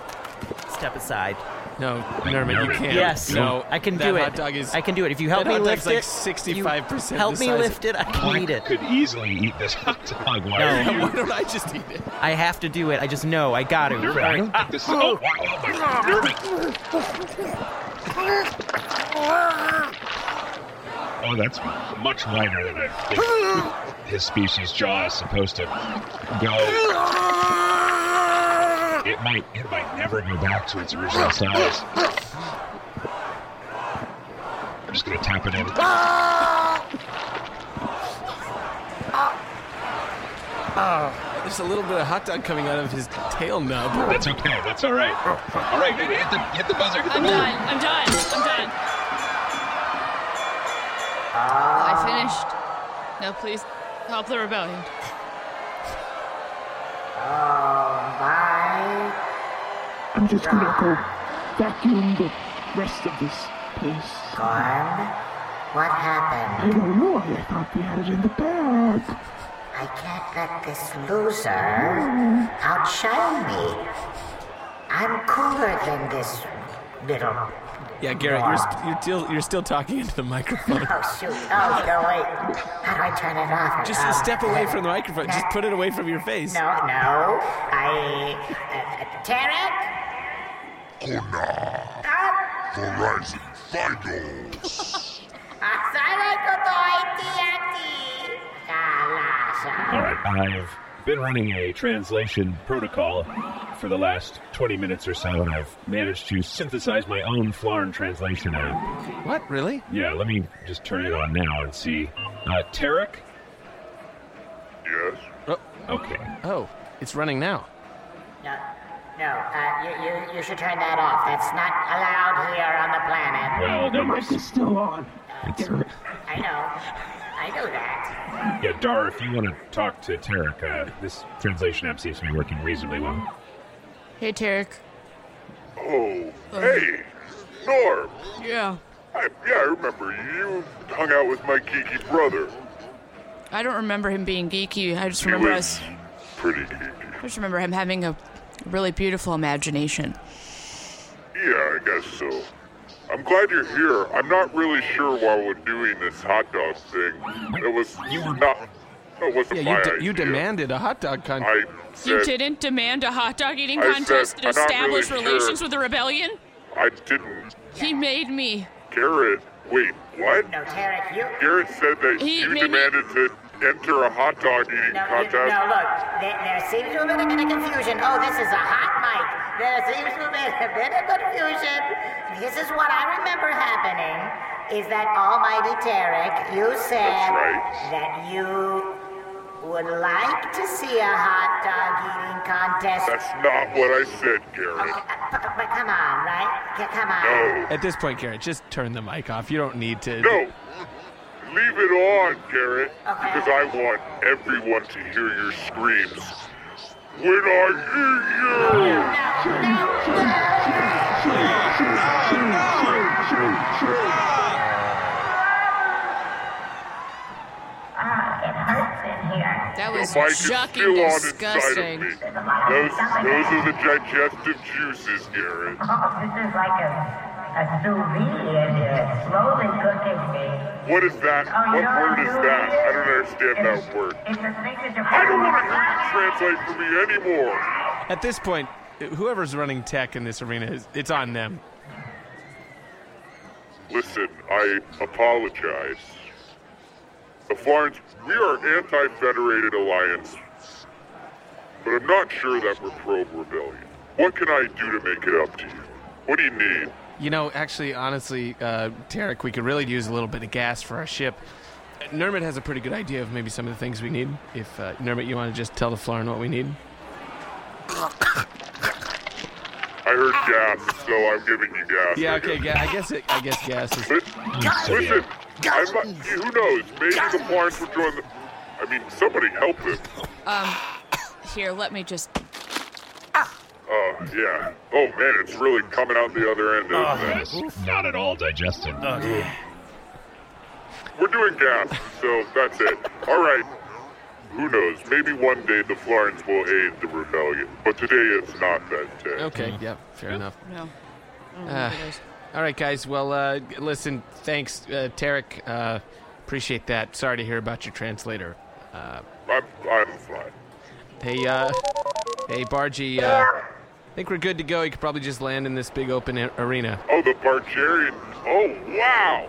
Speaker 5: step aside.
Speaker 3: No, Norman, you can't.
Speaker 5: Yes,
Speaker 3: No,
Speaker 5: I can
Speaker 3: that
Speaker 5: do it.
Speaker 3: hot dog is-
Speaker 5: I can do it. If you help
Speaker 3: that
Speaker 5: me
Speaker 3: hot
Speaker 5: lift
Speaker 3: dog's
Speaker 5: it,
Speaker 3: like
Speaker 5: you
Speaker 3: 65%
Speaker 5: Help
Speaker 3: the
Speaker 5: me
Speaker 3: size
Speaker 5: lift it. I can
Speaker 8: I
Speaker 5: eat it.
Speaker 8: could easily eat this hot dog. Why
Speaker 5: No.
Speaker 8: are you-
Speaker 5: Why
Speaker 3: don't I just eat it?
Speaker 5: I have to do it. I just know. I got to.
Speaker 8: You're right. I don't think this is- oh, wow, oh my God. You're Oh, that's much wider than I think his species jaw is supposed to go. It might, it might never go back to its original size. I'm just gonna tap it in.
Speaker 6: Ah!
Speaker 3: Oh, there's a little bit of hot dog coming out of his tail nub. Oh,
Speaker 8: That's okay. That's all right. All right, hit the, hit the buzzer. Hit the
Speaker 6: I'm
Speaker 8: buzzer.
Speaker 6: done. I'm done. I'm done. I finished. Now please help the rebellion.
Speaker 14: I'm just gonna go vacuum the rest of this place.
Speaker 10: Gorm, What happened?
Speaker 14: I don't know. I thought we had it in the bag.
Speaker 10: I can't let this loser outshine me. I'm cooler than this little.
Speaker 3: Yeah, Garrett, you're, sp- you're, still, you're still talking into the microphone.
Speaker 10: Oh shoot! Oh no! Wait. How do I turn it off?
Speaker 3: Just
Speaker 10: Um,
Speaker 3: step away from the
Speaker 10: uh,
Speaker 3: microphone. Just put it away from your face.
Speaker 10: No, no. I. Uh, uh, Tarek?
Speaker 11: Kona. Verizon Finals.
Speaker 10: Asaray ko to iti-ati. Kalasa.
Speaker 8: All right, I've been running a translation protocol for the last 20 minutes or so, and I've managed to synthesize my own Flarn translation app.
Speaker 3: What, really?
Speaker 8: Yeah, let me just turn it on now and see. Uh, Tarek?
Speaker 11: Yes?
Speaker 8: Okay.
Speaker 3: Oh, it's running now.
Speaker 10: No, no. Uh, you, you, you should turn that off. That's not allowed here on the planet.
Speaker 8: Well,
Speaker 14: Oh, the
Speaker 8: no,
Speaker 14: mic is still on.
Speaker 8: It's,
Speaker 10: I know. I know that.
Speaker 8: yeah, Dar, if you want to talk to Tarek, uh, this translation app seems to be working reasonably well.
Speaker 6: Hey, Tarek.
Speaker 11: Oh, hey, Norm.
Speaker 6: Yeah.
Speaker 11: I, yeah, I remember you hung out with my geeky brother.
Speaker 6: I don't remember him being geeky. I just
Speaker 11: He
Speaker 6: remember
Speaker 11: was
Speaker 6: us.
Speaker 11: pretty geeky.
Speaker 6: I just remember him having a really beautiful imagination.
Speaker 11: Yeah, I guess so. I'm glad you're here. I'm not really sure why we're doing this hot dog thing. It was not. It wasn't
Speaker 3: Yeah, you,
Speaker 11: my
Speaker 3: de-
Speaker 11: idea.
Speaker 3: you demanded a hot dog contest.
Speaker 11: I
Speaker 6: You
Speaker 11: said
Speaker 6: didn't demand a hot dog eating
Speaker 11: I said,
Speaker 6: contest to
Speaker 11: "I'm not really
Speaker 6: establish relations
Speaker 11: sure."
Speaker 6: with the rebellion?
Speaker 11: I didn't.
Speaker 6: He made me.
Speaker 11: Garrett, wait, what?
Speaker 10: No, Tarek, you.
Speaker 11: Garrett said that
Speaker 6: He
Speaker 11: you
Speaker 6: made me-
Speaker 11: demanded to enter a hot dog eating
Speaker 10: No, you,
Speaker 11: contest.
Speaker 10: no, look. There, there seems to have been a bit of confusion. Oh, this is a hot mic. There seems to have been a bit of confusion. This is what I remember happening. Is that Almighty Tarek? You said
Speaker 11: That's right.
Speaker 10: that you would like to see a hot dog eating contest.
Speaker 11: That's not what I said, Garrett.
Speaker 10: But, but come on, right? C- Come on.
Speaker 3: At this point, Garrett, just turn the mic off. You don't need to.
Speaker 11: No. Leave it on, Garrett,
Speaker 6: Uh-huh.
Speaker 11: because I want everyone to hear your screams. When I hear you!
Speaker 6: That was
Speaker 11: the mic is
Speaker 6: shocking
Speaker 11: still on inside of
Speaker 6: disgusting.
Speaker 11: me. Those, those are the digestive juices, Garrett.
Speaker 10: Oh, this is like a, a sous vide and you're slowly cooking me.
Speaker 11: What is that? What word is that? I don't understand that word. I don't want to hear you translate for me anymore.
Speaker 3: At this point, whoever's running tech in this arena, is- it's on them.
Speaker 11: Listen, I apologize. The Florence, we are anti-federated alliance, but I'm not sure that we're pro-rebellion. What can I do to make it up to you? What do you need?
Speaker 3: You know, actually, honestly, uh, Tarek, we could really use a little bit of gas for our ship. Uh, Nermit has a pretty good idea of maybe some of the things we need. If uh, Nermit, you want to just tell the Florin what we need?
Speaker 11: I heard gas, so I'm giving you gas.
Speaker 3: Yeah,
Speaker 11: I
Speaker 3: okay,
Speaker 11: guess.
Speaker 3: ga- I guess it, I guess gas is.
Speaker 11: Li- Listen, I might, who knows? Maybe the Florence will join the. I mean, somebody help them.
Speaker 6: Um, here, let me just.
Speaker 11: Oh, yeah. Oh, man, it's really coming out the other end,
Speaker 8: That's
Speaker 11: isn't it?
Speaker 8: Uh, not at all digested.
Speaker 11: We're doing gas, so that's it. All right. Who knows? Maybe one day the Florins will aid the rebellion, but today it's not that day.
Speaker 3: Okay, yeah, fair enough.
Speaker 6: No. I don't
Speaker 3: Uh,
Speaker 6: remember those.
Speaker 3: all right, guys. Well, uh, g- listen, thanks, uh, Tarek. Uh, appreciate that. Sorry to hear about your translator. Uh,
Speaker 11: I'm, I'm fine.
Speaker 3: hey, uh, hey, Bargy. Uh, I think we're good to go. You could probably just land in this big open a- arena.
Speaker 11: Oh, the Bargerian. Oh, wow!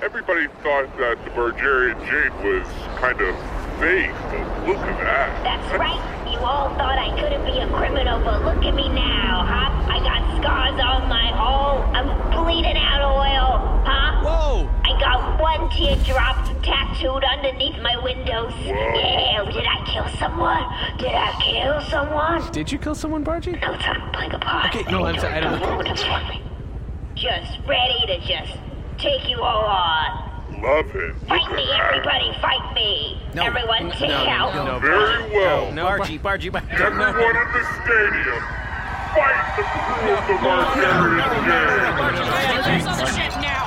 Speaker 11: Everybody thought that the Bargerian Jade was kind of fake, but look at that.
Speaker 7: That's right. You all thought I couldn't be a criminal, but look at me now, huh? I got scars on my all. I'm bleeding out oil, huh?
Speaker 3: Whoa!
Speaker 7: I got one teardrop tattooed underneath my windows. Yeah, did I kill someone? Did I kill someone?
Speaker 3: Did you kill someone, Bargy?
Speaker 7: No time to play the part.
Speaker 3: Okay, no, I'm sorry. I don't.
Speaker 7: Don't worry. Just ready to just take you all on.
Speaker 11: Love it.
Speaker 7: Fight me, everybody, fight me.
Speaker 5: No.
Speaker 7: Everyone,
Speaker 5: No,
Speaker 7: take
Speaker 5: no,
Speaker 7: out.
Speaker 5: no, no.
Speaker 11: Very well.
Speaker 5: No, Bargy, Bargy, Bargy.
Speaker 11: Everyone in the stadium, fight the crew of the Bargerian Jade!
Speaker 6: Kill yourself, shit, now!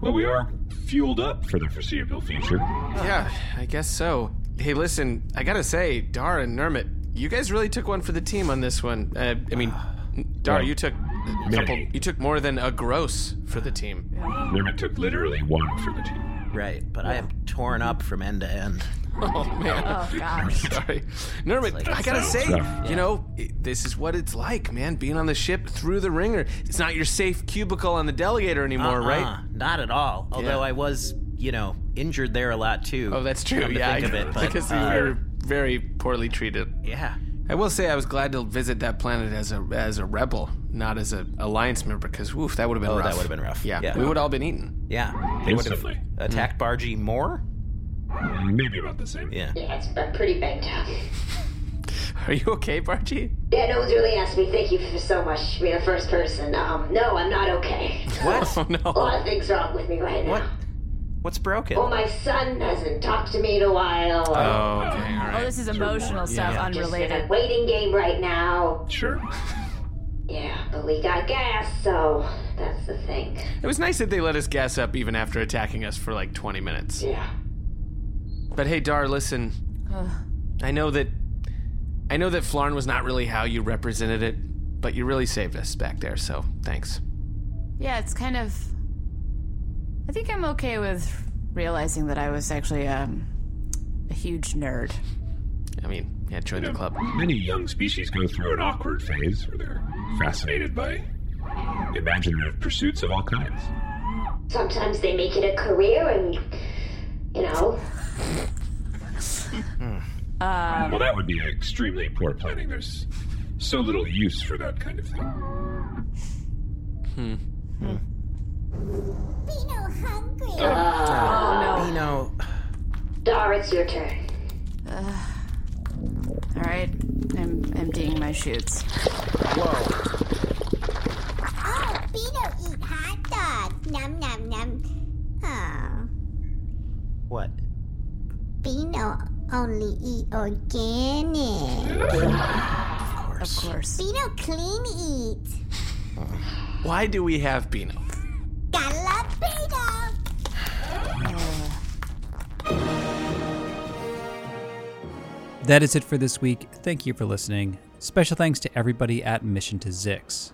Speaker 8: Well, we are fueled up for the foreseeable future.
Speaker 3: Yeah, I guess so. Hey, listen, I gotta say, Dar and Nermit, you guys really took one for the team on this one. Uh, I mean, Dar,
Speaker 8: Well,
Speaker 3: you took a couple. You took more than a gross for the team.
Speaker 8: Nermit took literally one for the team.
Speaker 5: Right, but I am torn up from end to end.
Speaker 3: Oh man.
Speaker 6: Oh,
Speaker 3: I'm
Speaker 6: gosh.
Speaker 3: sorry, Nermit.
Speaker 5: like-
Speaker 3: I gotta
Speaker 5: It's
Speaker 3: say,
Speaker 5: rough.
Speaker 3: you know, it, this is what it's like, man. Being on the ship through the ringer. It's not your safe cubicle on the delegator anymore,
Speaker 5: Uh-uh,
Speaker 3: right?
Speaker 5: Not at all. Although I was, you know, injured there a lot too.
Speaker 3: Oh, that's true.
Speaker 5: come to
Speaker 3: yeah,
Speaker 5: think
Speaker 3: I,
Speaker 5: of it, but,
Speaker 3: because
Speaker 5: uh,
Speaker 3: you were very poorly treated.
Speaker 5: Yeah.
Speaker 3: I will say I was glad to visit that planet as a as a rebel, not as a alliance member, because woof, that would have been
Speaker 5: Oh,
Speaker 3: rough.
Speaker 5: that would've been rough.
Speaker 3: Yeah,
Speaker 5: Yeah.
Speaker 3: we would all been eaten.
Speaker 5: yeah, they would have
Speaker 8: Instantly.
Speaker 5: attacked Bargy more.
Speaker 8: Maybe about the same.
Speaker 5: Yeah.
Speaker 7: Yeah, it's been pretty banged up.
Speaker 3: Are you okay, Bargy?
Speaker 7: Yeah, no one's really asked me. Thank you for so much for being the first person. Um, no, I'm not okay.
Speaker 5: What?
Speaker 3: Oh
Speaker 7: A lot of things wrong with me right
Speaker 5: What?
Speaker 7: now.
Speaker 5: What's broken?
Speaker 7: Well, Oh, my son hasn't talked to me in a while. Um,
Speaker 5: Oh, okay,
Speaker 3: all
Speaker 6: Oh, this is emotional stuff,
Speaker 5: Yeah.
Speaker 7: Just in a
Speaker 6: unrelated.
Speaker 7: waiting game right now.
Speaker 8: Sure.
Speaker 7: Yeah, but we got gas, so that's the thing.
Speaker 3: It was nice that they let us gas up even after attacking us for like 20 minutes.
Speaker 7: Yeah.
Speaker 3: But hey, Dar, listen. I know that I know that Flarn was not really how you represented it, but you really saved us back there, so thanks.
Speaker 6: Yeah, it's kind of. I think I'm okay with realizing that I was actually um, a huge nerd.
Speaker 3: I mean, yeah, join the club.
Speaker 8: Many young species go through an awkward phase where they're fascinated by imaginative pursuits of all kinds.
Speaker 7: Sometimes they make it a career, and you know,
Speaker 3: Hmm.
Speaker 6: Uh,
Speaker 8: well, that would be extremely poor planning. There's so little use for that kind of thing.
Speaker 6: Oh,
Speaker 5: You know,
Speaker 7: Dar, it's your turn.
Speaker 6: uh, no. All right, I'm emptying my chutes.
Speaker 15: Oh, Beto eat hot dogs. Num num num. Oh,
Speaker 5: what?
Speaker 15: Beto only eat organic.
Speaker 6: Of course.
Speaker 15: Beto clean eat.
Speaker 5: Mm-hmm.
Speaker 3: Why do we have Beano?
Speaker 15: Gotta love Beto.
Speaker 1: That is it for this week. Thank you for listening. Special thanks to everybody at Mission to Zix.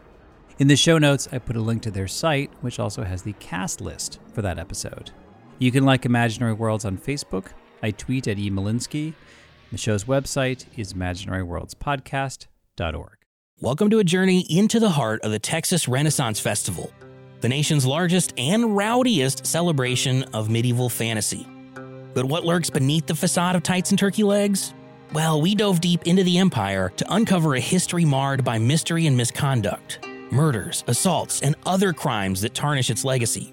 Speaker 1: In the show notes, I put a link to their site, which also has the cast list for that episode. You can like Imaginary Worlds on Facebook. I tweet at E. Malinsky. The show's website is imaginaryworldspodcast.org.
Speaker 16: Welcome to a journey into the heart of the Texas Renaissance Festival, the nation's largest and rowdiest celebration of medieval fantasy. But what lurks beneath the facade of tights and turkey legs? Well, we dove deep into the empire to uncover a history marred by mystery and misconduct, murders, assaults, and other crimes that tarnish its legacy.